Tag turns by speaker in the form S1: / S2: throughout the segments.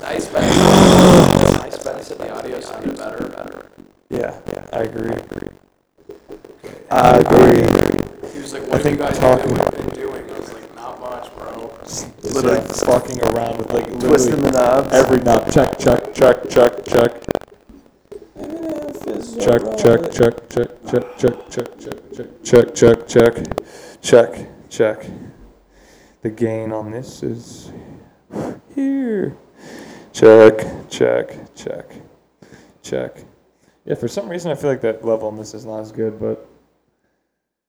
S1: nice benefit. nice benefit. The audio sounded better. Better.
S2: Yeah, yeah, I agree. I
S1: Uh,
S3: I
S2: agree.
S1: He was like,
S2: I
S1: "What have you
S2: think
S1: guys
S2: talking-
S1: been doing?" I was like, "Not much, bro."
S2: Literally fucking around with like literally
S3: Twisting the knobs.
S2: Every knob, check, check, check, check, check, check, check, check, check, check, check, check, check, check, check, check, check, check, check. The gain on this is here. Check, check, check, check. Yeah, for some reason I feel like that level on this is not as good, but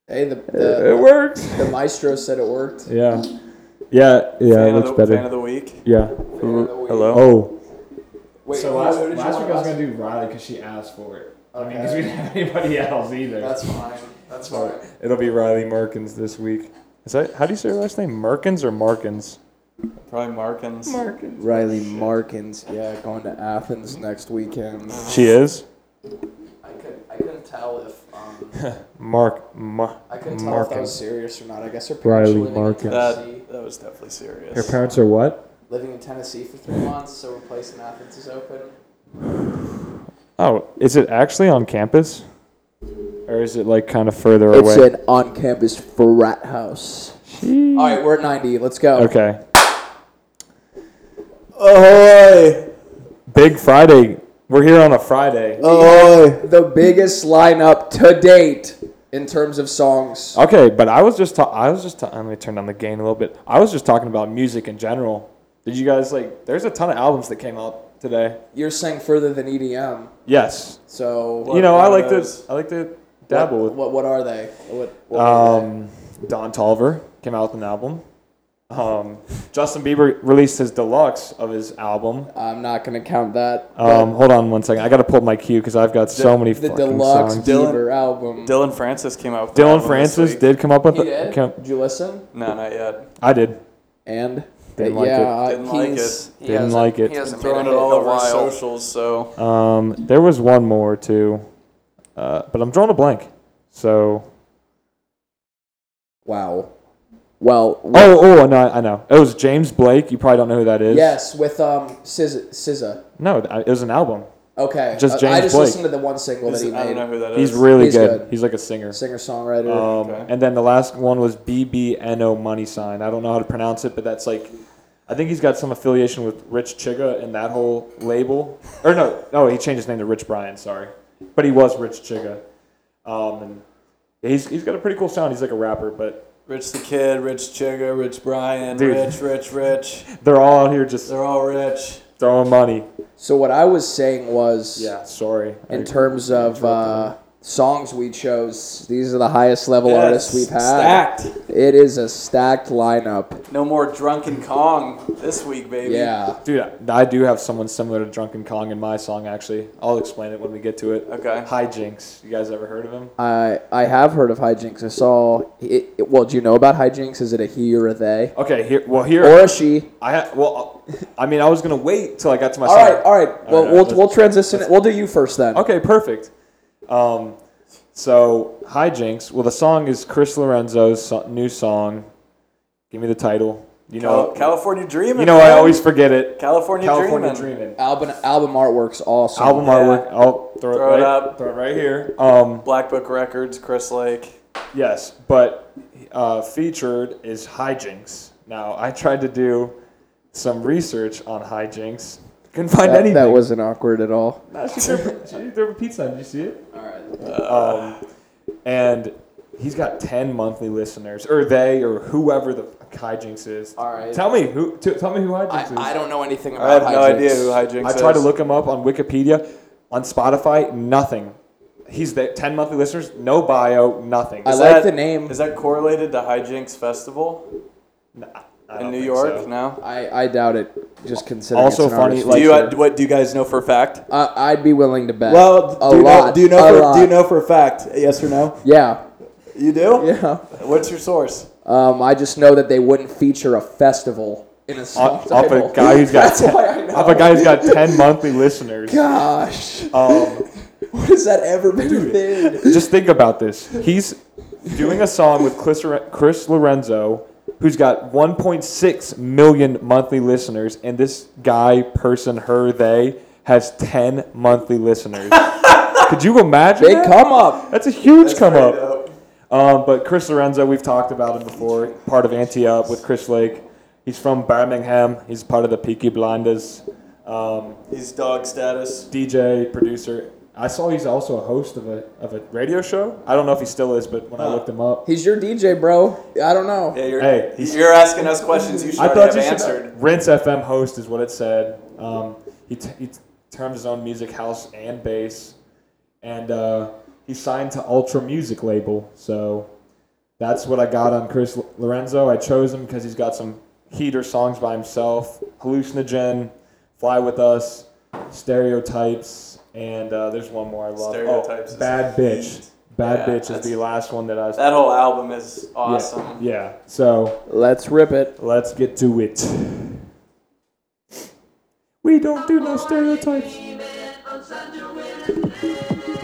S4: Hey, the
S2: it,
S4: the,
S2: works.
S4: the maestro said it worked.
S2: Yeah, yeah, yeah.
S1: fan
S2: It looks
S1: of the, Fan
S2: better.
S1: of the week.
S2: Yeah.
S1: Fan of the week.
S2: Oh,
S1: Wait,
S5: So
S1: who-
S5: last,
S1: who did you
S5: last
S1: want
S5: week I was
S1: last-
S5: gonna do Riley because she asked for it. I mean,
S4: Okay.
S5: because we didn't have anybody else either.
S1: That's fine. That's fine.
S2: it'll be Riley Merkins this week. Is that how do you say her last name? Merkins or Markins?
S1: Probably Markins.
S2: Markins.
S4: Riley Markins, yeah, going to Athens next weekend.
S2: She is
S1: I could I couldn't tell if um
S2: Mark Mar-
S1: I couldn't tell if that
S2: Markins.
S1: was
S4: Serious or not? I guess her
S2: Riley
S4: parents were living in
S2: Markins.
S1: that
S4: Tennessee,
S1: that was definitely serious.
S2: Her parents are what?
S4: living in Tennessee for three months, so we're placed in Athens is open.
S2: Oh, is it actually on campus, or is it like kind of further
S4: It's
S2: away?
S4: an on-campus frat house. All right, we're at 90. Let's go.
S2: Okay.
S4: Ahoy!
S2: Big Friday. We're here on a Friday.
S4: Ahoy! Oh. The biggest lineup to date in terms of songs.
S2: Okay, but I was just ta- I was just ta- I'm gonna turn down the gain a little bit. I was just talking about music in general. Did you guys like? There's a ton of albums that came out today.
S4: You're saying further than EDM,
S2: Yes,
S4: so
S2: you know I
S1: What
S2: like to
S1: those?
S2: I like to dabble
S4: uh, what,
S2: with.
S4: what, what are they? What, what are they?
S2: Um, Don Tolliver came out with an album. Um, Justin Bieber released his deluxe of his album.
S4: I'm not gonna count that. but
S2: Um, hold on one second. I gotta pull up my cue because I've got so many
S4: the
S2: fucking
S4: deluxe
S2: songs.
S1: Dylan-
S4: Bieber album.
S1: Dylan Francis came out. With an
S2: Dylan
S1: album this
S2: Francis
S1: week.
S2: did come up with.
S4: He
S2: a-
S4: did?
S2: come-
S4: Did you listen?
S1: No, not yet.
S2: I did.
S4: And
S2: Didn't like
S4: yeah,
S2: it.
S4: uh,
S1: Didn't like
S4: he's-
S1: it.
S2: He Didn't hasn't- like it. he
S1: He
S2: hasn't
S1: hasn't throwing it
S4: made a
S1: all
S4: hit in a
S1: over his
S4: while.
S1: socials, so
S2: Um, there was one more too, uh, but I'm drawing a blank. So
S4: Wow. Well,
S2: oh oh no I know it was James Blake. You probably don't know who that is.
S4: yes, with um SZA. SZA.
S2: No, th- uh, it was an album.
S4: Okay.
S2: Just
S4: Uh, I
S2: James
S4: just
S2: Blake.
S4: listened to the one single that
S1: I
S4: he
S1: don't know
S4: made.
S1: who that is.
S2: He's really
S4: He's
S2: good.
S4: good.
S2: He's like a singer.
S4: Singer
S2: Um,
S4: songwriter.
S1: Okay.
S2: And then the last one was BBNO Money Sign. I don't know how to pronounce it, but that's like, I think he's got some affiliation with Rich Chiga and that whole label. Or no, no, he changed his name to Rich Bryan. Sorry, but he was Rich Chiga. Um, and he's he's got a pretty cool sound. He's like a rapper, but
S1: Rich the Kid, Rich Chigga, Rich Brian,
S2: Dude.
S1: Rich, Rich, Rich.
S2: they're all out here just
S1: They're all rich.
S2: throwing money.
S4: so what I was saying was,
S2: Yeah, sorry.
S4: in terms of uh, songs we chose, these are the highest level artists we've had.
S1: Stacked.
S4: It is a stacked lineup.
S1: No more drunken Kong this week, baby.
S4: Yeah.
S2: Dude, I- I do have someone similar to Drunken Kong in my song, actually. I'll explain it when we get to it.
S1: Okay.
S2: Hijinks. You guys ever heard of him?
S4: I I have heard of hijinks. I saw. It, it- well, do you know about hijinks? Is it a he or a they
S2: Okay, here. Well, here.
S4: or a she?
S2: I ha- well, I mean, I was gonna wait till I got to my.
S4: All
S2: song.
S4: right, all right. Well,
S2: right,
S4: we'll,
S2: let's-
S4: we'll transition. We'll do you first then.
S2: Okay, perfect. Um, so hijinks. Well, the song is Chris Lorenzo's so- new song. Give me the title. You know,
S1: Cal- California Dreaming.
S2: you know, I always forget it.
S1: California,
S2: California
S1: Dreamin'.
S2: Dreamin'.
S4: Album album artwork's awesome.
S2: Album
S1: Yeah.
S2: artwork. I'll throw,
S1: Throw it
S2: it, right,
S1: up.
S2: Throw it right here. Um,
S1: Black Book Records, Chris Lake.
S2: yes, but uh, featured is hijinks. Now I tried to do some research on hijinks. Couldn't find
S4: That,
S2: anything.
S4: that wasn't awkward at all.
S2: Nah, she threw, she threw a pizza. Did you see it?
S4: All right.
S2: Um, and he's got 10 monthly listeners, or they, or whoever the fuck hijinks is.
S4: All right.
S2: Tell me who. T- tell me who hijinks
S4: I,
S2: is.
S4: I don't know anything
S1: I
S4: about
S1: have no
S4: hijinks.
S1: idea who Hijinks
S2: I
S1: is.
S2: tried to look him up on Wikipedia, on Spotify, nothing. He's there. 10 monthly listeners, no bio, nothing.
S4: I
S1: Is
S4: like
S1: that-
S4: the name.
S1: Is that correlated to Hijinks Festival
S2: I
S1: in
S2: don't
S1: New
S2: think
S1: York?
S2: so.
S1: No.
S4: I, I doubt it. Just considering.
S2: Also
S4: it's an
S2: funny,
S4: artist
S2: like-
S1: do you uh,
S2: Sure.
S1: what do you guys know for a fact?
S4: I, I'd be willing to bet.
S1: Well,
S4: a
S1: do you
S4: lot.
S1: know? Do you
S4: a
S1: know? For,
S4: lot.
S1: do you know for a fact? Yes or no?
S4: Yeah.
S1: You do?
S4: Yeah.
S1: What's your source?
S4: Um, I just know that they wouldn't feature a festival in a song
S2: Off, off
S4: title.
S2: a guy who's got
S4: That's why I know.
S2: off a guy who's got 10 monthly listeners.
S4: Gosh,
S2: Um,
S4: what has that ever been a thing?
S2: just think about this. He's doing a song with Chris, Chris Lorenzo, who's got 1.6 million monthly listeners, and this guy, person, her, they has 10 monthly listeners. Could you imagine?
S4: Big
S2: that?
S4: come up.
S2: That's a huge come
S1: pretty
S2: up.
S1: dope.
S2: Um, but Chris Lorenzo, we've talked about him before, part of Ante Up with Chris Lake. He's from Birmingham. He's part of the Peaky Blinders. Um,
S1: He's dog status.
S2: DJ, producer. I saw he's also a host of a, of a radio show. I don't know if he still is, but when I
S1: Huh.
S2: looked him up,
S4: He's your DJ, bro. I don't know.
S1: Yeah, you're,
S2: Hey, he's-
S1: you're asking us questions you should
S2: I
S1: already
S2: thought
S1: have
S2: you should
S1: answered.
S2: Rinse FM host is what it said. Um, he, t- he t- termed his own music house and bass, and uh, he signed to Ultra Music label. So that's what I got on Chris L- Lorenzo. I chose him because he's got some heater songs by himself, Hallucinogen, Fly with Us, Stereotypes, and uh, there's one more I love.
S1: Stereotypes is
S2: oh, Bad Bitch.
S1: heat.
S2: Bad
S1: Yeah,
S2: Bitch is
S1: that's-
S2: the last one that I was.
S1: That whole album is
S2: yeah,
S1: awesome.
S2: yeah. So.
S4: Let's rip it.
S2: Let's get to it. We don't do no stereotypes.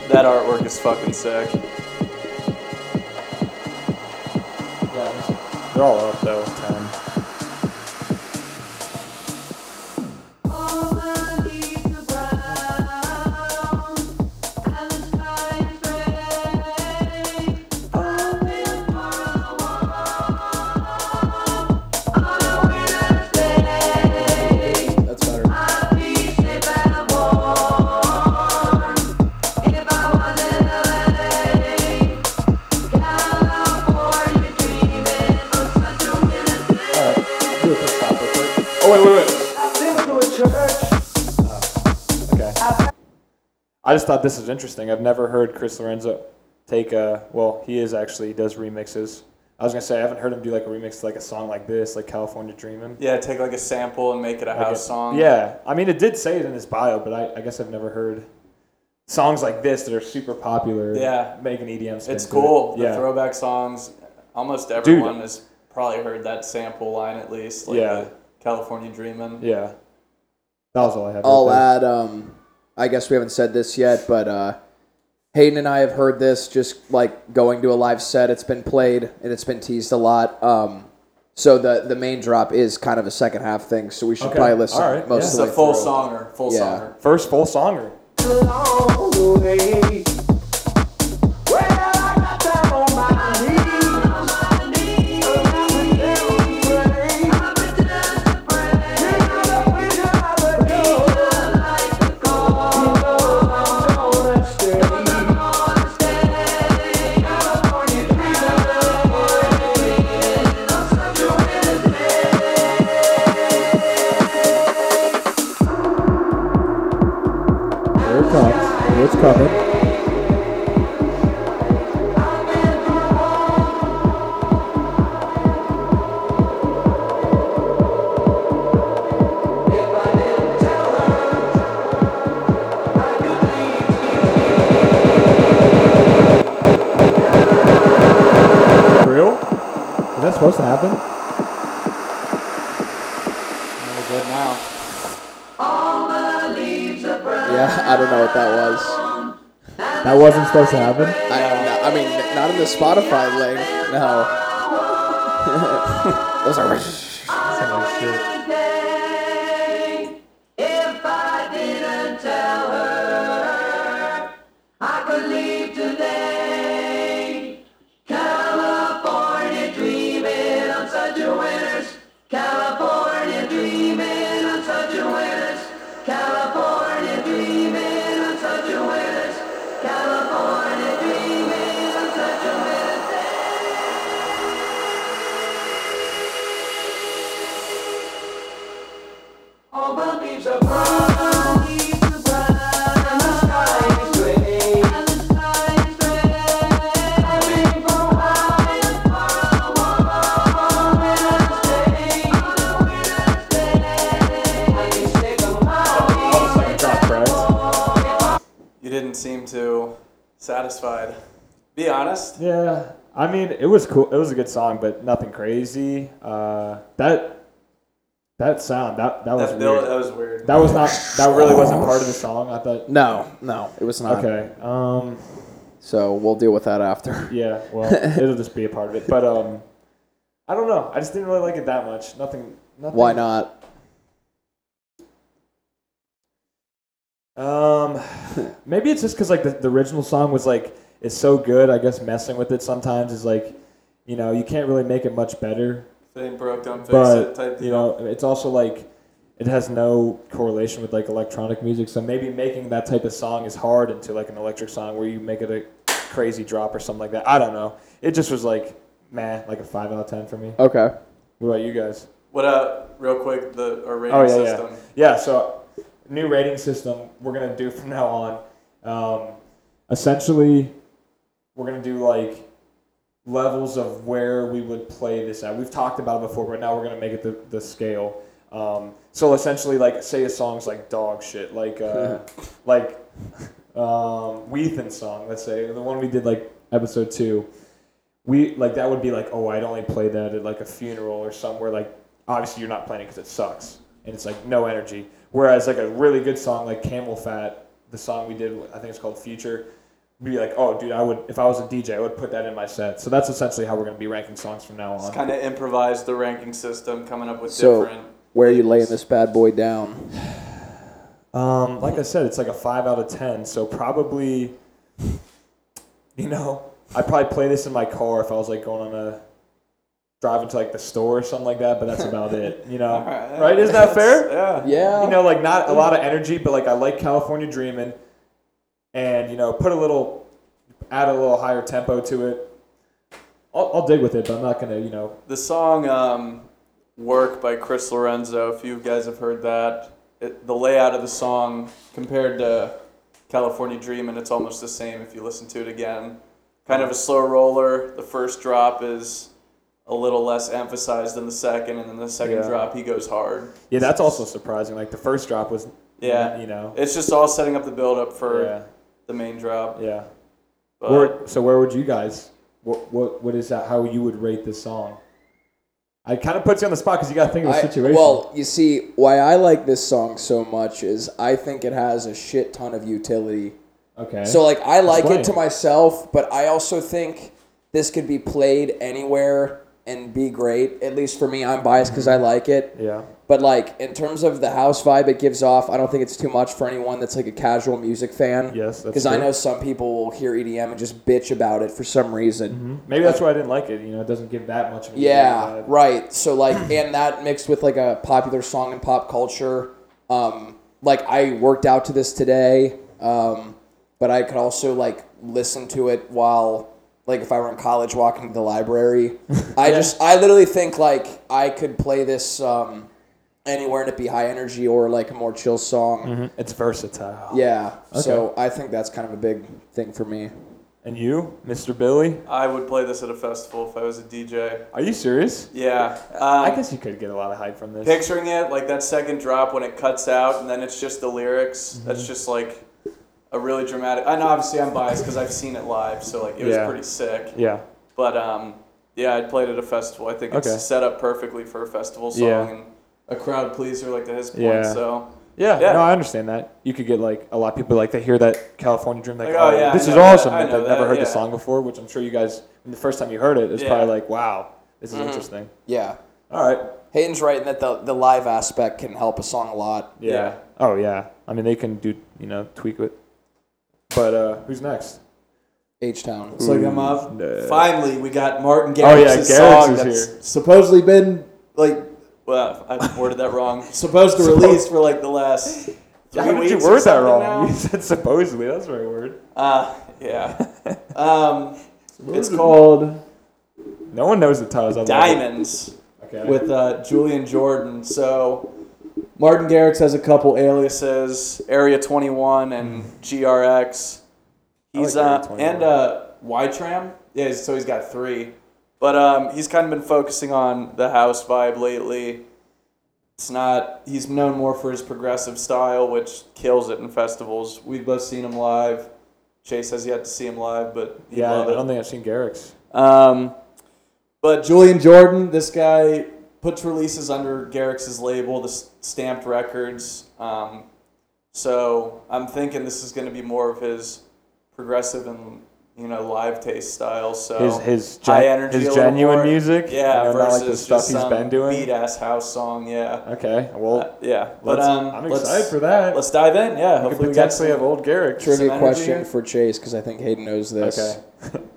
S1: That artwork is fucking sick.
S2: They're all up though. Ten.
S4: That's better.
S2: Oh wait, wait, wait. Okay. I just thought this was interesting. I've never heard Chris Lorenzo take a. Well, he is actually he does remixes. I was gonna say I haven't heard him do like a remix to like a song like this, like California Dreamin'.
S1: Yeah, take like a sample and make it a
S2: Like
S1: house
S2: it-
S1: song.
S2: Yeah, I mean, it did say it in his bio, but I, I guess I've never heard songs like this that are super popular.
S1: Yeah.
S2: make an EDM. Spin
S1: It's
S2: to it.
S1: cool. The
S2: Yeah,
S1: throwback songs, almost
S2: Dude.
S1: everyone has probably heard that sample line at least. Like
S2: Yeah.
S1: the California Dreamin'.
S2: yeah. That was all I had. right
S4: I'll
S2: there.
S4: add. Um, I guess we haven't said this yet, but uh, Hayden and I have heard this just like going to a live set. It's been played and it's been teased a lot. Um, so the the main drop is kind of a second half thing. So we should
S2: Okay,
S4: probably listen
S2: all right,
S4: most
S2: yeah.
S1: It's
S4: of the
S1: a
S4: way
S1: full
S4: through.
S1: songer. Full
S4: Yeah.
S1: songer.
S2: First full songer.
S6: Here it comes. Here it's coming.
S2: Real?
S6: Is that supposed to happen?
S1: We're good now.
S4: Yeah, I don't know what that was.
S6: That wasn't supposed to happen.
S4: I I mean, not in the Spotify link. No. Those are.
S2: Second drop, correct?
S1: You didn't seem too satisfied. Be honest.
S2: Yeah. I mean, it was cool. It was a good song, but nothing crazy. Uh, that that sound that that was
S1: That
S2: weird.
S1: build, that was weird.
S2: that was not. That really wasn't part of the song. I thought.
S4: No, no, it was not.
S2: Okay. Um.
S4: So we'll deal with that after.
S2: Yeah, well, it'll just be a part of it. But um, I don't know. I just didn't really like it that much. Nothing. nothing
S4: Why not?
S2: Um, maybe it's just because like the, the original song was like it's so good. I guess messing with it sometimes is like, you know, you can't really make it much better.
S1: They broke down fix it type
S2: But
S1: deal.
S2: you know, it's also like it has no correlation with like electronic music. So maybe making that type of song is hard into like an electric song where you make it a crazy drop or something like that. I don't know. It just was like, meh, like a five out of ten for me.
S4: Okay.
S2: What about you guys?
S1: What uh, real quick, the our rating
S2: Oh yeah,
S1: system.
S2: yeah, yeah. So new rating system we're gonna do from now on. Um, essentially, we're gonna do like levels of where we would play this at. We've talked about it before, but now we're gonna make it the, the scale. Um, so essentially, like say a song's like dog shit, like uh, like um, Weathen's song. Let's say the one we did like episode two we like that would be like oh i'd only play that at like a funeral or somewhere like obviously you're not playing it because it sucks and it's like no energy whereas like a really good song like camel fat the song we did i think it's called future would be like oh dude i would if i was a dj i would put that in my set so that's essentially how we're going to be ranking songs from now on
S1: Just kind of improvised the ranking system, coming up with
S4: So,
S1: different.
S4: where are you laying this bad boy down?
S2: um, like i said it's like a 5 out of 10 so probably you know i'd probably play this in my car if i was like going on a driving to like the store or something like that but that's about it you know
S1: Alright,
S2: right isn't that fair
S1: Yeah.
S4: Yeah.
S2: you know, like not a lot of energy, but like I like California Dreamin', and you know, put a little, add a little higher tempo to it. I'll, I'll dig with it, but I'm not gonna, you know.
S1: The song um, "Work" by Chris Lorenzo. If you guys have heard that, it, the layout of the song compared to "California Dream" and it's almost the same if you listen to it again. Kind of a slow roller. The first drop is a little less emphasized than the second, and then the second
S2: Yeah.
S1: drop he goes hard.
S2: Yeah, that's also surprising. Like the first drop was,
S1: Yeah.
S2: you know,
S1: It's just all setting up the build up for
S2: yeah,
S1: the main drop.
S2: yeah.
S1: But
S2: Where- so where would you guys? What what what is that? How you would rate this song? I kind of puts you on the spot because you got to think of the
S4: I-
S2: situation.
S4: well, you see, why I like this song so much is I think it has a shit ton of utility.
S2: okay.
S4: So like I like it to
S2: Explain.
S4: myself, but I also think this could be played anywhere and be great. At least for me, I'm biased because I like it.
S2: Mm-hmm. yeah,
S4: But like in terms of the house vibe it gives off, I don't think it's too much for anyone that's like a casual music fan.
S2: Yes, that's
S4: because I
S2: true.
S4: know some people will hear EDM and just bitch about it for some reason.
S2: maybe that's why I didn't like it. You know, it doesn't give that much. Of a
S4: Yeah,
S2: vibe.
S4: right. So like, and that mixed with like a popular song in pop culture. Um, like I worked out to this today, um, but I could also like listen to it while like if I were in college walking to the library. I just I literally think like I could play this um, anywhere and it be high energy or like a more chill song.
S2: It's versatile.
S4: Yeah. So I think that's kind of a big thing for me.
S2: And you, Mr. Billy,
S1: I would play this at a festival if I was a DJ.
S2: are you serious?
S1: Yeah. Um,
S2: I guess you could get a lot of hype from this.
S1: picturing it like that second drop when it cuts out and then it's just the lyrics
S2: Mm-hmm.
S1: that's just like a really dramatic and obviously i'm biased because i've seen it live so like it was
S2: Yeah.
S1: pretty sick
S2: Yeah.
S1: but um yeah i played at a festival i think it's
S2: Okay.
S1: set up perfectly for a festival song
S2: Yeah.
S1: and a crowd pleaser like to his point
S2: Yeah.
S1: so
S2: yeah.
S1: Yeah.
S2: No, I understand that. You could get like a lot of people like they hear that California Dream like,
S1: Like,
S2: oh,
S1: oh, yeah, I
S2: this is
S1: know that,
S2: awesome.
S1: I
S2: but
S1: know
S2: they've never
S1: that,
S2: heard the
S1: yeah.
S2: song before, which I'm sure you guys when the first time you heard it, it's
S1: Yeah. Mm-hmm.
S2: probably like, wow, this is interesting.
S4: Yeah.
S2: All right.
S4: Hayden's right in that the, the live aspect can help a song a lot.
S2: Yeah.
S1: Yeah.
S2: Oh yeah. I mean, they can do you know tweak it. But uh, who's next?
S4: H Town.
S1: it's like i'm up
S2: no.
S1: finally we got martin
S2: Mm. Uh, Oh, yeah,
S1: Garrix's
S2: Garrix
S1: song
S2: is
S1: that's
S2: here.
S1: supposedly been like well i worded that wrong supposed to release for like the last three
S2: How did
S1: weeks
S2: you
S1: or
S2: word that
S1: something
S2: wrong?
S1: now.
S2: You said supposedly. That's the right word.
S1: Uh, yeah. Um, it's called
S2: called. No one knows the titles. I love it.
S1: Diamonds
S2: Okay.
S1: with uh, Julian Jordan. So Martin Garrix has a couple aliases, Area 21 and GRX.
S2: Hmm. I like
S1: He's
S2: Area
S1: uh,
S2: 21.
S1: and uh, YTram. Yeah, so he's got three. But um, he's kind of been focusing on the house vibe lately. It's not. He's known more for his progressive style, which kills it in festivals. We've both seen him live. Chase has yet to see him live, but he
S2: yeah. I
S1: loved it.
S2: don't think I've seen Garrick's.
S1: Um, but Julian Jordan, this guy puts releases under Garrix's label, the S- Stamped Records. Um, so I'm thinking this is going to be more of his progressive and you know live taste styles. So
S2: His his, gen-
S1: high energy, a
S2: his
S1: little
S2: genuine
S1: more.
S2: music.
S1: yeah,
S2: you know, not
S1: versus
S2: like the stuff
S1: just
S2: he's
S1: some
S2: been doing.
S1: beat ass house song. Yeah,
S2: Okay, well,
S1: Uh, yeah. But
S2: let's,
S1: um,
S2: I'm
S1: let's-
S2: excited for that.
S1: Let's dive in. Yeah,
S2: we could
S1: hopefully we got
S2: potentially
S1: some.
S2: have old Garrick.
S1: Some
S4: Trivia
S1: energy
S4: question
S1: here?
S4: for Chase because I think Hayden knows this.
S2: Okay,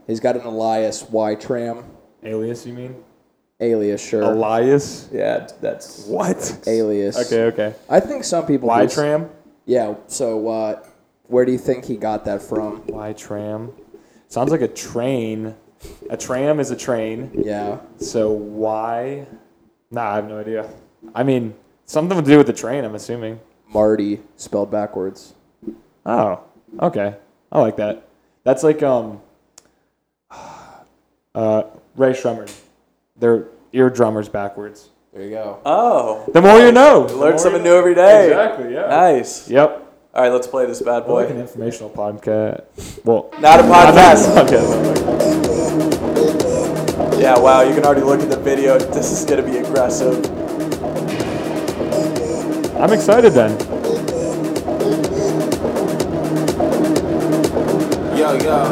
S4: He's got an Elias Y Tram
S2: alias, you mean
S4: alias, sure.
S2: Elias?
S1: Yeah, that's
S2: What?
S4: alias.
S2: Okay, okay.
S4: I think some people.
S2: Y
S4: do-
S2: tram.
S4: Yeah. So, uh, where do you think he got that from?
S2: Y tram. Sounds like a train. A tram is a train.
S4: Yeah.
S2: So why? Nah, I have no idea. I mean, something to do with the train. I'm assuming.
S4: Marty spelled backwards.
S2: Oh, okay. I like that. That's like um, uh, Ray Shremmerd. Their ear drummers backwards.
S4: There you go.
S1: Oh,
S2: The more you know.
S1: learn
S2: more
S1: something
S2: you
S1: new every day.
S5: Exactly. Yeah.
S1: Nice.
S2: Yep.
S1: All right, let's play this bad
S2: We're like an
S1: boy.
S2: informational podcast. Well,
S1: Not a podcast.
S2: podcast.
S1: Yeah, wow, you can already look at the video. This is gonna be aggressive.
S2: I'm excited then.
S7: Yo, yo,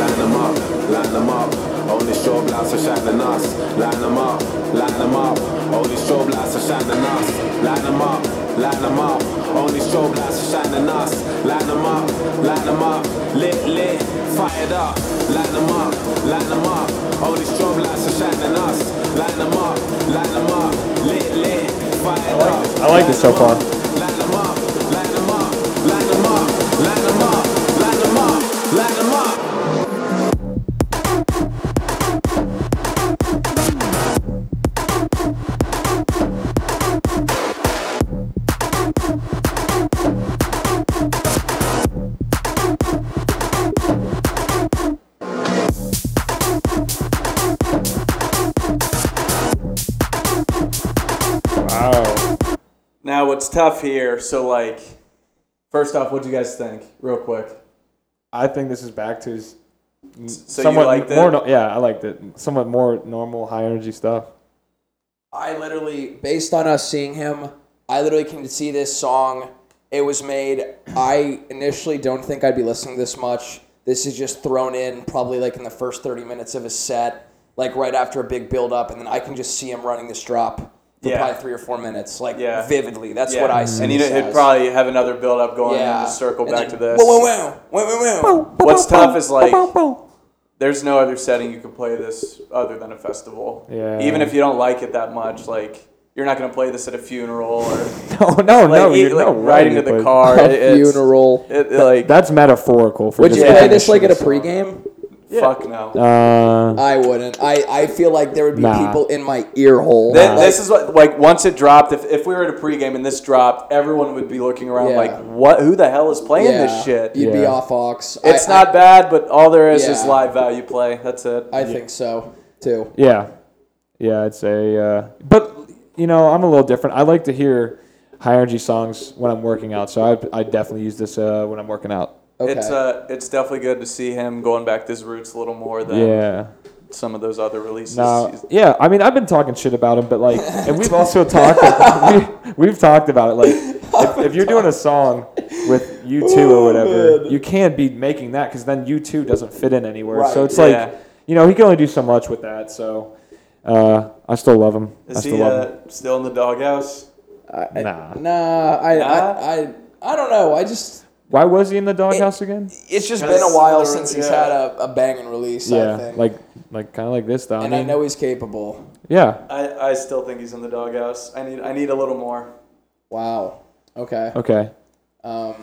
S7: line them up, line them up. Only strobe lights are shining us. Line them up, line them up. Only strobe lights are shining us. Line them up, line them up. Only strobe lights are shining us. Line them up, line them up. Lit, lit, fired up. Line them up, line them up. Only strobe lights are shining us. Line them up, line them up. Lit, lit, fired up.
S2: I like this so far.
S7: Line them up, line them up, line them up, line them up, line them up, line them up.
S2: Wow.
S1: Now, what's tough here? So, like, first off, what do you guys think, real quick?
S2: I think this is back to his
S1: So
S2: somewhat
S1: you liked
S2: more.
S1: it?
S2: No, yeah, I liked it. Somewhat more normal, high energy stuff.
S4: I literally, based on us seeing him, I literally can see this song. It was made. I initially don't think I'd be listening this much. This is just thrown in probably like in the first 30 minutes of his set, like right after a big build up, and then I can just see him running this drop for
S1: Yeah.
S4: probably three or four minutes, like
S1: Yeah.
S4: vividly. That's what I see.
S1: And
S4: this
S1: he'd, he'd
S4: as.
S1: probably have another build up going and just circle
S4: And
S1: back to
S4: then,
S1: this.
S4: Whoa, whoa, whoa, whoa, whoa, whoa.
S1: What's tough is like there's no other setting you can play this other than a festival.
S2: Yeah.
S1: Even if you don't like it that much, like you're not gonna play this at a funeral or
S2: No, no,
S1: like,
S2: no.
S1: e-
S2: you're
S1: like
S2: no way
S1: riding
S2: you
S1: to the
S2: put-
S1: car.
S4: A
S1: it- it's-
S4: funeral.
S1: It, like
S2: That's metaphorical. For
S4: Would you
S2: just
S4: play
S2: picking
S4: this
S2: a
S4: like at a
S2: shitty song.
S4: pregame?
S1: fuck no.
S2: Uh,
S4: I wouldn't. I, I feel like there would be
S2: Nah.
S4: people in my ear hole.
S1: Th- this is what like once it dropped. If, if we were at a pregame and this dropped, everyone would be looking around
S4: Yeah.
S1: like, "What? Who the hell is playing this shit?"
S4: You'd be
S2: Yeah.
S4: off ox.
S1: It's
S4: I-
S1: not bad, but all there is is
S4: Yeah.
S1: live value play. That's it.
S4: I, I think so too.
S2: yeah, yeah. I'd say, uh, but you know, I'm a little different. I like to hear high energy songs when I'm working out, so I I definitely use this uh, when I'm working out.
S4: Okay.
S1: It's uh, it's definitely good to see him going back to his roots a little more than
S2: Yeah.
S1: some of those other releases.
S2: No,
S1: He's-
S2: yeah, I mean, I've been talking shit about him, but like, and we've also talked, we, we've talked about it. Like, if, if you're doing a song with you two or whatever, you can't be making that because then you two doesn't fit in anywhere. So
S4: Right.
S2: it's
S1: Yeah.
S2: like, you know, he can only do so much with that. So uh, I still love him. I
S1: Is
S2: still
S1: he
S2: love him.
S1: uh, still in the doghouse?
S4: I,
S2: Nah.
S4: Nah. I,
S1: Nah?
S4: I, I I don't know. I just
S2: Why was he in the doghouse again?
S4: it's just
S1: Kinda
S4: been a while
S1: similar,
S4: since he's
S1: yeah.
S4: had a, a banging release. I
S2: Yeah,
S4: think.
S2: like, like kind of like this, though.
S4: and I know he's capable.
S2: Yeah.
S1: I, I still think he's in the doghouse. I need I need a little more.
S4: Wow. Okay.
S2: Okay.
S4: Um.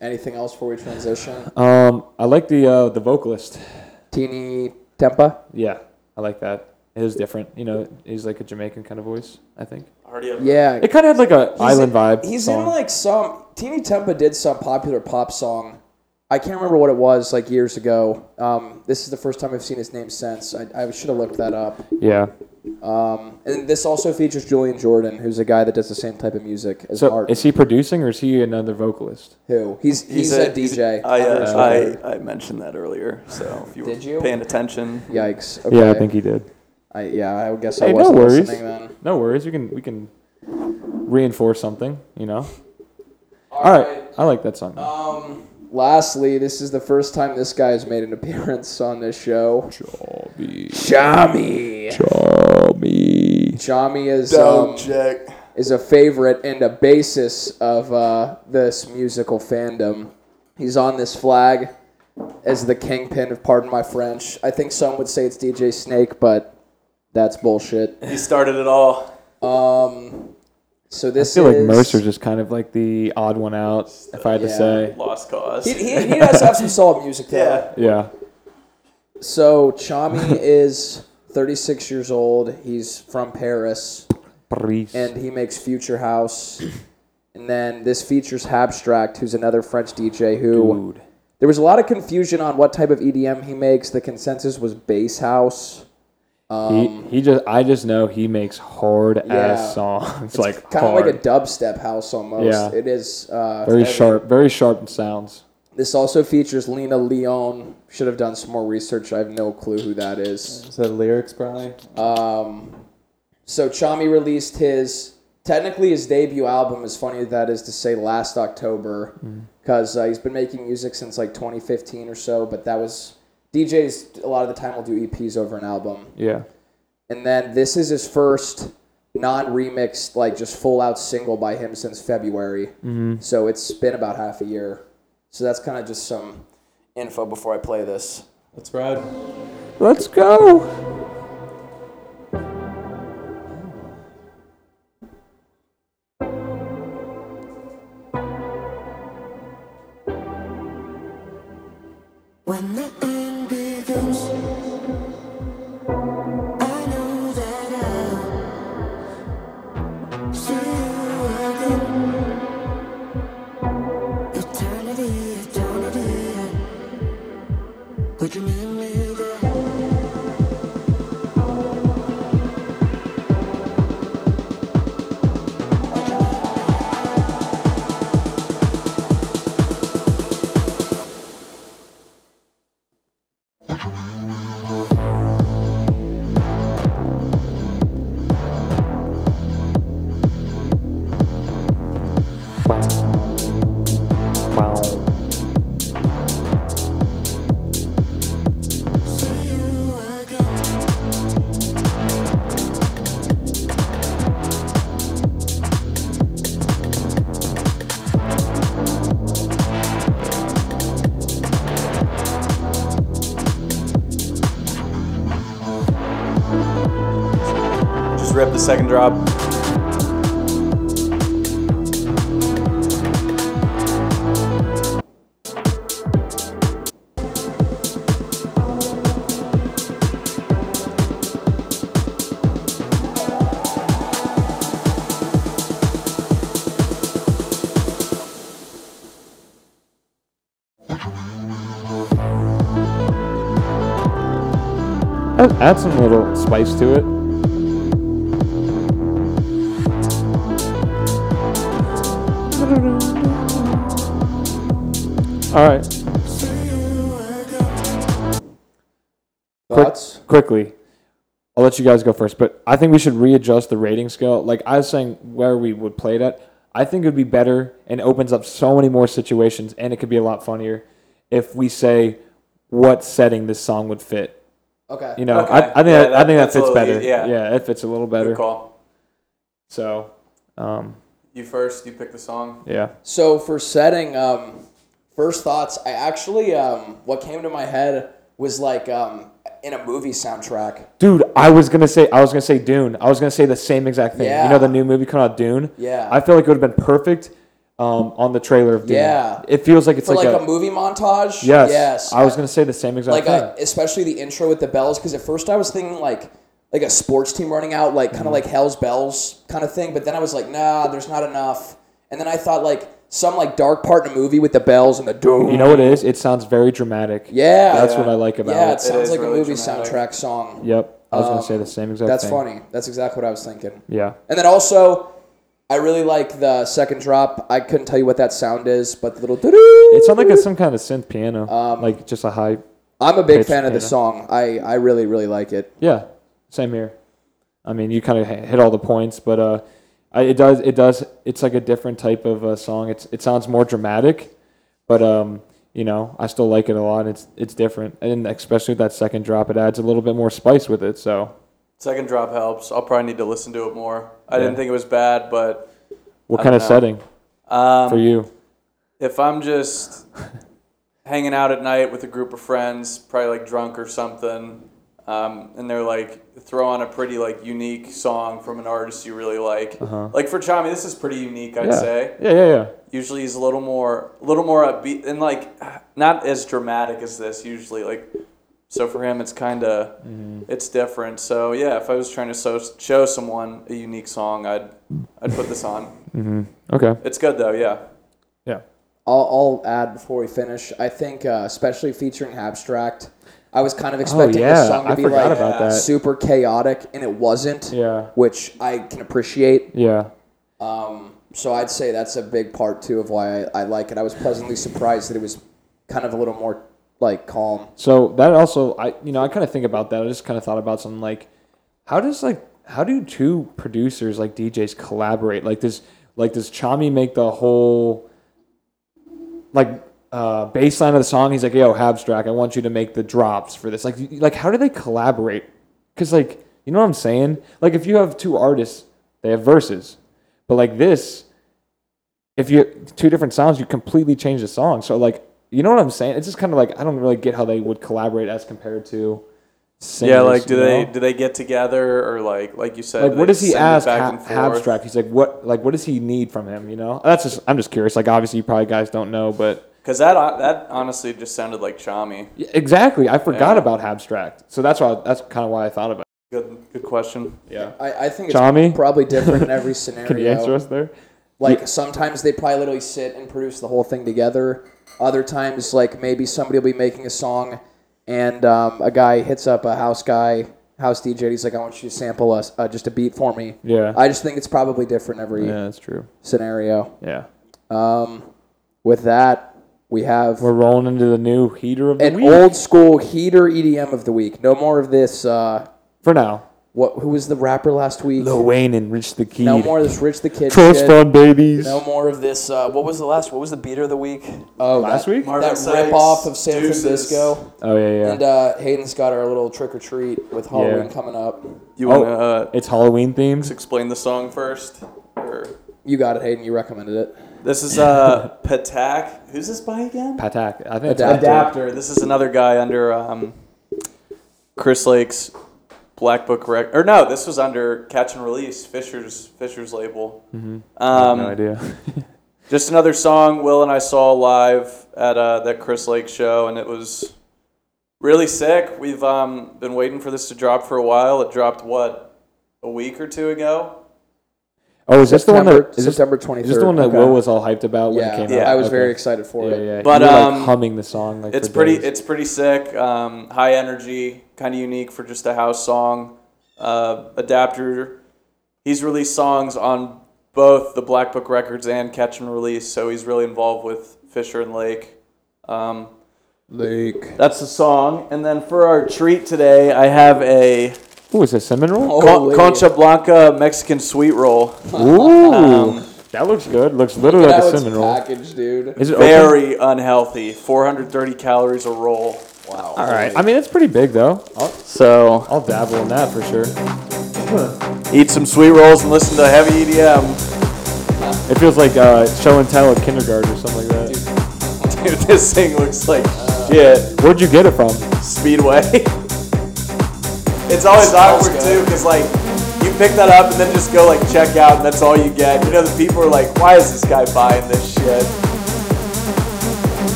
S4: Anything else before we transition?
S2: Um, I like the uh, the vocalist.
S4: Teeny Tempa.
S2: Yeah, I like that. It is different. You know, he's like a Jamaican kind of voice. I think.
S1: Already up.
S4: Yeah.
S2: It kind of had like a
S4: He's
S2: island
S4: in-
S2: vibe.
S4: He's
S2: song.
S4: in like some Teeny Tempa did some popular pop song. I can't remember what it was like years ago. Um, this is the first time I've seen his name since. I, I should have looked that up.
S2: yeah.
S4: Um, and this also features Julian Jordan, who's a guy that does the same type of music as
S2: So
S4: Art.
S2: is he producing or is he another vocalist?
S4: who he's he's, a, DJ.
S1: I, uh,
S4: Underage
S1: I, I mentioned that earlier, so if you were
S4: Did you?
S1: paying attention,
S4: DJ. yikes. Okay.
S2: Yeah, I think he did.
S4: I, yeah, I would guess I
S2: Hey, no
S4: wasn't
S2: worries.
S4: listening then.
S2: No worries. We can we can reinforce something. You know. All right. I like that song.
S4: Um, Lastly, this is the first time this guy has made an appearance on this show. Jami. Jami.
S6: Tommy.
S4: Jami is
S1: Dope
S4: um,
S1: Jack.
S4: is a favorite and a basis of uh, this musical fandom. He's on this flag as the kingpin of Pardon My French. I think some would say it's DJ Snake, but that's bullshit.
S1: He started it all.
S4: Um, so
S2: I
S4: this
S2: feel like
S4: is
S2: Mercer's just kind of like the odd one out, if I had to
S4: Yeah.
S2: say.
S1: Lost cause.
S4: He, he, he does have some solid music there.
S1: yeah.
S2: Yeah.
S4: So Chami is 36 years old. He's from Paris, and he makes Future House. And then this features Habstract, who's another French DJ who
S2: Dude.
S4: there was a lot of confusion on what type of EDM he makes. The consensus was bass house.
S2: he, he just I just know he makes hard
S4: um, Yeah.
S2: ass songs. like
S4: kind of
S2: hard.
S4: like a dubstep house almost.
S2: Yeah.
S4: It is. Uh,
S2: very sharp, very sharp sounds.
S4: this also features Lena Leon. Should have done some more research. I have no clue who that is.
S8: Is that lyrics, probably?
S4: So Chami released his technically his debut album. As funny as that is to say, last October,
S2: Mm-hmm.
S4: because uh, he's been making music since like 2015 or so. But that was DJs. A lot of the time will do EPs over an album.
S2: Yeah.
S4: and then this is his first non-remixed like just full out single by him since february
S2: Mm-hmm.
S4: so it's been about half a year so that's kind of just some info before i play this
S8: Let's ride.
S2: Let's go.
S9: When the end begins, I know that I'll see you again. Eternity, eternity. Would you meet me there? See you again.
S1: Just rip the second drop.
S2: Add, add some little spice to it. All right. Quick-
S4: thoughts
S2: quickly. I'll let you guys go first, but I think we should readjust the rating scale. Like I was saying, where we would play it at, I think it would be better and opens up so many more situations, and it could be a lot funnier if we say what setting this song would fit.
S4: okay
S2: You know,
S1: Okay.
S2: I, I think
S1: Yeah,
S2: that, I
S1: that-
S2: think that
S1: that's a
S2: fits
S1: little
S2: better.
S1: e- yeah.
S2: yeah, it fits a little better.
S1: Good call.
S2: So, um,
S1: You first. You pick the song.
S2: yeah,
S4: so for setting um first thoughts i actually um what came to my head was like um in a movie soundtrack
S2: dude, I was gonna say I was gonna say Dune. I was gonna say the same exact thing. You
S4: Yeah.
S2: know, the new movie coming out, Dune.
S4: Yeah.
S2: I feel like it would have been perfect um, on the trailer of Dune.
S4: Yeah.
S2: it feels like it's
S4: for
S2: like, a,
S4: movie montage
S2: Yes.
S4: yes
S2: I was gonna say the same exact
S4: like
S2: thing.
S4: uh especially the intro with the bells because at first i was thinking like like a sports team running out like
S2: Mm-hmm.
S4: kind of like hell's bells kind of thing but then i was like nah there's not enough and then i thought like some like dark part in a movie with the bells and the doom
S2: you know what it is? It sounds very dramatic.
S4: yeah
S2: That's
S1: Yeah.
S2: what I like about
S4: yeah it
S2: it.
S4: sounds
S1: is
S4: like a
S1: really
S4: movie
S1: dramatic.
S4: soundtrack song
S2: Yep. I was gonna say the same exact
S4: Um, that's
S2: thing.
S4: funny that's exactly what i was thinking
S2: Yeah.
S4: and then also i really like the second drop i couldn't tell you what that sound is but the little doo-doo
S2: It sounded like a, some kind of synth piano.
S4: Um,
S2: like just a high
S4: i'm a big
S2: pitch
S4: fan of the
S2: piano.
S4: song i i really really like it
S2: Yeah. Same here. I mean, you kind of hit all the points, but uh, I, it does it does it's like a different type of uh, song. It's it sounds more dramatic, but um, you know, I still like it a lot. It's it's different, and especially with that second drop, it adds a little bit more spice with it. So
S1: Second drop helps. I'll probably need to listen to it more. I didn't
S2: Yeah.
S1: think it was bad, but
S2: what
S1: I
S2: kind of
S1: dunno.
S2: setting
S1: um,
S2: for you?
S1: if I'm just hanging out at night with a group of friends, probably like drunk or something, um, and they're like throw on a pretty like unique song from an artist you really like. Like for Chami, this is pretty unique, I'd
S2: Uh-huh. yeah.
S1: say.
S2: Yeah, yeah, yeah.
S1: Usually he's a little more, a little more upbeat and like not as dramatic as this usually. Like so for him, it's kind of
S2: Mm-hmm.
S1: it's different. So yeah, if I was trying to so, show someone a unique song, I'd I'd put this on.
S2: Okay.
S1: It's good though, yeah.
S2: Yeah.
S4: I'll, I'll add before we finish. I think, uh, especially featuring Abstract, I was kind of expecting
S2: Oh, yeah.
S4: this song to
S2: I
S4: be
S2: forgot
S4: like
S2: about that.
S4: super chaotic, and it wasn't.
S2: Yeah.
S4: Which I can appreciate.
S2: Yeah.
S4: So I'd say that's a big part too of why I, I like it. I was pleasantly surprised that it was kind of a little more like calm.
S2: So that also, I you know, I kind of think about that. I just kind of thought about something like, how does like how do two producers like DJs collaborate? Like does like does Chami make the whole like uh, bass line of the song? He's like, yo, Habstrack, I want you to make the drops for this. Like y- like how do they collaborate? Because like you know what I'm saying? Like if you have two artists, they have verses, but like this, if you two different sounds, you completely change the song. So like, you know what I'm saying? It's just kind of like I don't really get how they would collaborate as compared to. Singers,
S1: Yeah, like do
S2: you
S1: they
S2: know?
S1: do they get together or like like you said?
S2: like
S1: do
S2: what
S1: they
S2: does he
S1: send it
S2: ask
S1: back
S2: Ha-
S1: and forth?
S2: abstract he's like what like what does he need from him you know that's just i'm just curious like obviously you probably guys don't know but
S1: Because that hon- that honestly just sounded like Chami.
S2: Yeah, exactly i forgot
S1: Yeah.
S2: about abstract so that's why that's kind of why i thought about
S1: Good good question.
S2: it yeah
S4: I, I think it's
S2: Tommy?
S4: probably different in every scenario.
S2: can you answer us there
S4: Like sometimes they probably literally sit and produce the whole thing together. Other times, like maybe somebody will be making a song, and um, a guy hits up a house guy, house DJ. He's like, "I want you to sample us uh, just a beat for me."
S2: Yeah.
S4: I just think it's probably different every
S2: yeah that's true
S4: scenario.
S2: yeah
S4: With that, we have
S2: we're rolling into the new heater of the
S4: an
S2: week
S4: old school heater EDM of the week. No more of this. Uh,
S2: for now
S4: what? Who was the rapper last week?
S2: lil wayne and rich the key
S4: No more of this Rich the Kid
S2: trust
S4: shit.
S2: fund babies
S4: No more of this. Uh, what was the last?
S1: What was the beat of the week?
S4: Oh,
S2: last
S4: that-
S2: week
S1: Marvin
S4: That
S1: Sykes,
S4: rip off of San
S1: Deuces.
S4: Francisco.
S2: oh yeah yeah
S4: And uh, Hayden's got our little trick or treat with Halloween
S2: Yeah.
S4: coming up.
S1: You
S2: Oh.
S1: want to uh,
S2: it's halloween themed
S1: explain the song first? Or
S4: You got it, Hayden. You recommended it.
S1: this is uh Patak. Who's this by again?
S2: patak i think it's
S4: Adapted.
S2: Adapted.
S1: Adapter. This is another guy under um, Chris Lake's Black Book Rec. Or no, this was under Catch and Release Fisher's Fisher's label. Um,
S2: Mm-hmm. no idea
S1: just another song Will and I saw live at uh, that Chris Lake show, and it was really sick. We've um, been waiting for this to drop for a while. It dropped what a week or two ago.
S2: oh is this the one
S4: September-
S2: that is this-
S4: September 23rd.
S2: is this the one that
S4: Okay.
S2: will was all hyped about when
S4: Yeah,
S2: it came out
S1: Yeah.
S4: I was
S2: Okay.
S4: very excited for
S2: Yeah,
S4: it.
S2: yeah.
S1: But,
S2: you were,
S1: um,
S2: like humming the song, like
S1: It's
S2: for
S1: pretty.
S2: days.
S1: It's pretty sick. Um, high energy, kind of unique for just a house song. Uh, adapter. He's released songs on both the Black Book Records and Catch and Release, so he's really involved with Fisher and Lake. Um,
S4: Lake.
S1: That's the song. And then for our treat today, I have a
S2: Ooh, is it Seminole?
S1: Con-
S4: Holy.
S1: Concha Blanca Mexican sweet roll.
S2: Ooh, that looks good. Looks literally like
S4: That
S2: a
S4: was
S2: Seminole.
S4: packaged, dude.
S2: Is it open?
S1: Very unhealthy. 430 calories a roll.
S4: Wow.
S2: All right. I mean, it's pretty big though. I'll,
S1: So
S2: I'll dabble in that for sure.
S1: eat some sweet rolls and listen to heavy E EDM.
S2: It feels like uh, show and tell at kindergarten or something like that.
S1: Dude, this thing looks like shit.
S2: Where'd you get it from?
S1: Speedway. it's always awkward too, because like you pick that up and then just go like check out, and that's all you get. You know, the people are like, "Why is this guy buying this shit?"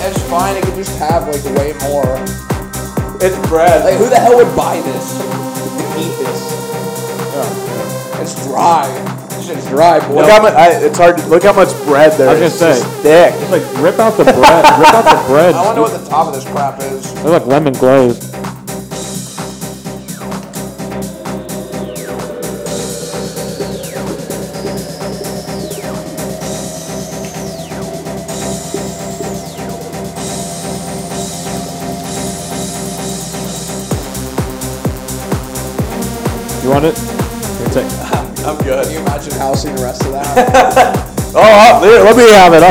S4: That's fine. It could just have like way more.
S1: It's bread.
S4: Like, who the hell would buy this and eat this?
S2: Oh.
S4: It's dry. This shit's dry, boy.
S1: Look how much. I, it's hard. To, look how much bread there
S2: I was
S1: is.
S2: gonna
S1: It's
S2: say.
S1: just thick.
S2: It's like rip out the bread. rip out the bread.
S4: I wonder what the top of this crap is.
S2: They're like lemon glazed. You want it? Here, take-
S1: I'm
S4: Can
S1: good.
S4: you imagine housing the rest of that?
S1: Oh, let me have it.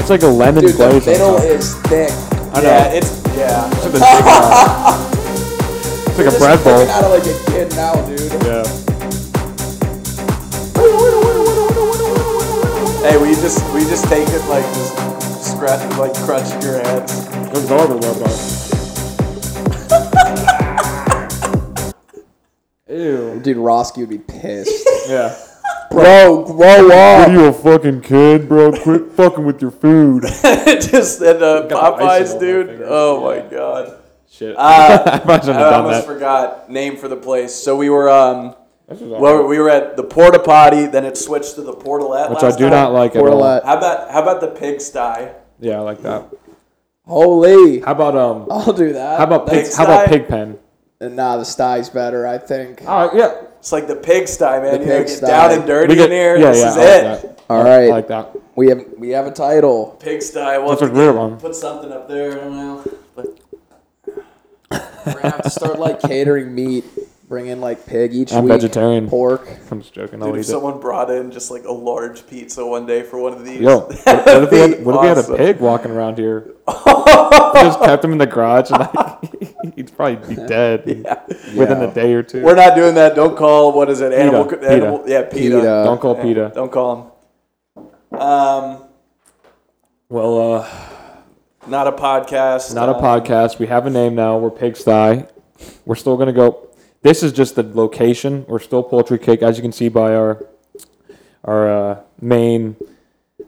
S2: It's like a lemon
S4: Dude, the
S2: glaze. on
S4: middle
S2: top.
S4: is thick.
S2: I know.
S1: Yeah, it's yeah.
S2: It's, like a
S4: Just
S2: bread bowl.
S4: cooking out of like a kid now, dude.
S2: Yeah.
S1: Hey, we just we just take it like just scratch like crunch your heads.
S2: Those garbage love bars. Ew.
S4: Dude, Roski would be pissed.
S2: Yeah.
S4: Bro, grow
S2: What
S4: up.
S2: are you a fucking kid, bro? Quit fucking with your food.
S1: just and uh,
S10: Got the icing
S1: Popeyes,
S10: on my
S1: dude.
S10: fingers.
S1: Oh
S10: Yeah.
S1: my god.
S10: Shit.
S1: Uh,
S2: I might as
S1: I
S2: well have done
S1: almost
S2: that.
S1: forgot name for the place. So we were um,
S2: This is
S1: well,
S2: awful.
S1: we were at the porta potty. Then it switched to the portalette.
S2: Which I
S1: last
S2: do
S1: time.
S2: not like at all.
S4: Portalette.
S1: How about how about the pigsty?
S2: Yeah, I like that.
S4: Holy.
S2: How about um?
S4: I'll do that.
S2: How about pig?
S1: Next
S2: How about
S1: time.
S2: pig pen?
S4: Nah, the sty's better, I think.
S2: All right, yeah.
S1: It's like the pigsty, man.
S4: The
S1: you know, get
S4: pigsty.
S1: down and dirty in here. this is
S2: I
S1: it.
S2: like that.
S4: All
S2: I
S4: right.
S2: like that.
S4: We have we have a title.
S1: Pigsty. We'll
S2: That's a
S1: have to
S2: great one.
S1: put something up there. I don't know. But
S4: We're gonna have to start like catering meat. Bring in like pig each
S2: I'm
S4: week.
S2: vegetarian.
S4: Pork.
S2: I'm just joking. I'll
S1: dude, if
S2: eat it.
S1: someone brought in just like a large pizza one day for one of these,
S2: Yo, what, what if, we had,
S1: be
S2: what if we had a
S1: awesome.
S2: pig walking around here? We just kept him in the garage, and like, he'd probably be dead within a day or 2
S1: We're not doing that. Don't call. What is it? Animal.
S2: PETA.
S1: animal Yeah, PETA.
S4: PETA.
S2: Don't call
S1: Yeah,
S2: PETA.
S1: Don't call him. Um,
S2: Well, uh,
S1: not a podcast.
S2: not a
S1: uh,
S2: podcast. We have a name now. We're Pigsty. We're still gonna go. This is just the location. We're still Poultry Cake, as you can see by our our uh, main.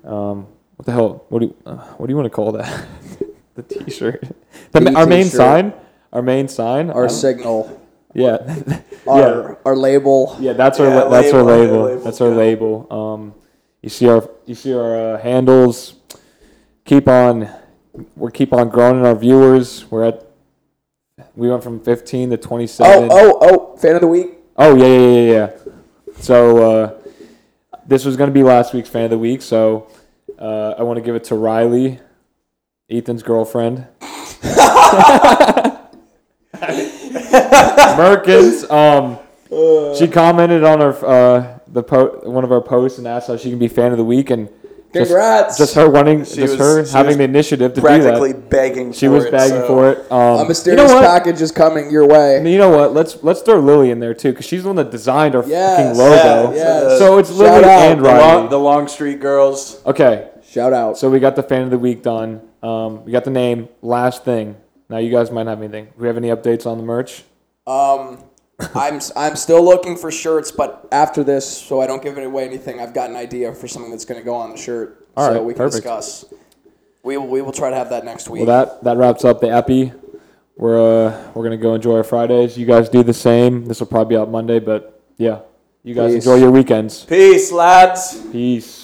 S2: Um, what the hell? What do you, uh, what do you want to call that? the T-shirt. The, ma-
S4: The
S2: our main
S4: t-shirt.
S2: sign. Our main sign.
S4: Our
S2: Um,
S4: signal.
S2: Yeah.
S4: Our our label.
S2: Yeah, that's our
S1: Yeah,
S2: la- that's our
S1: label, yeah,
S2: label.
S1: label,
S2: That's our
S1: yeah.
S2: label. Um, you see our you see our uh, handles. Keep on, we keep on growing in our viewers. We're at we went from 15 to 27.
S4: Oh oh oh! Fan of the week.
S2: Oh, yeah yeah yeah yeah. yeah. So uh, this was gonna be last week's fan of the week. So uh, I want to give it to Riley, Ethan's girlfriend. Merkins. Um, she commented on our uh, the po- one of our posts and asked how she can be fan of the week and just-
S4: Congrats.
S2: Just, her wanting,
S1: She was-
S2: just her
S1: she
S2: having
S1: was
S2: the initiative to do
S1: Practically
S2: that.
S1: begging.
S2: She
S1: for
S2: was
S1: it,
S2: begging
S1: so-
S2: for it. Um,
S4: a
S2: you
S4: mysterious
S2: know what?
S4: package is coming your way.
S2: You know what? Let's let's throw Lily in there too because she's the one that designed our
S4: Yes,
S2: fucking
S4: yeah,
S2: logo.
S4: yes.
S2: So it's
S4: Shout out.
S2: Lily and
S1: Oh, The, long,
S2: Riley.
S1: the Longstreet girls.
S2: okay,
S4: Shout out.
S2: so we got the fan of the week done. Um, we got the name. Last thing. Now you guys might have anything. Do we have any updates on the merch?
S4: Um, I'm I'm still looking for shirts, but after this, so I don't give it away anything, I've got an idea for something that's going to go on the shirt,
S2: All
S4: so
S2: right,
S4: we can
S2: perfect.
S4: discuss. We will, we will try to have that next week.
S2: Well, that that wraps up the epi. We're uh, we're gonna go enjoy our Fridays. You guys do the same. This will probably be out Monday, but yeah, you guys
S4: Peace.
S2: enjoy your weekends.
S1: Peace, lads.
S2: Peace.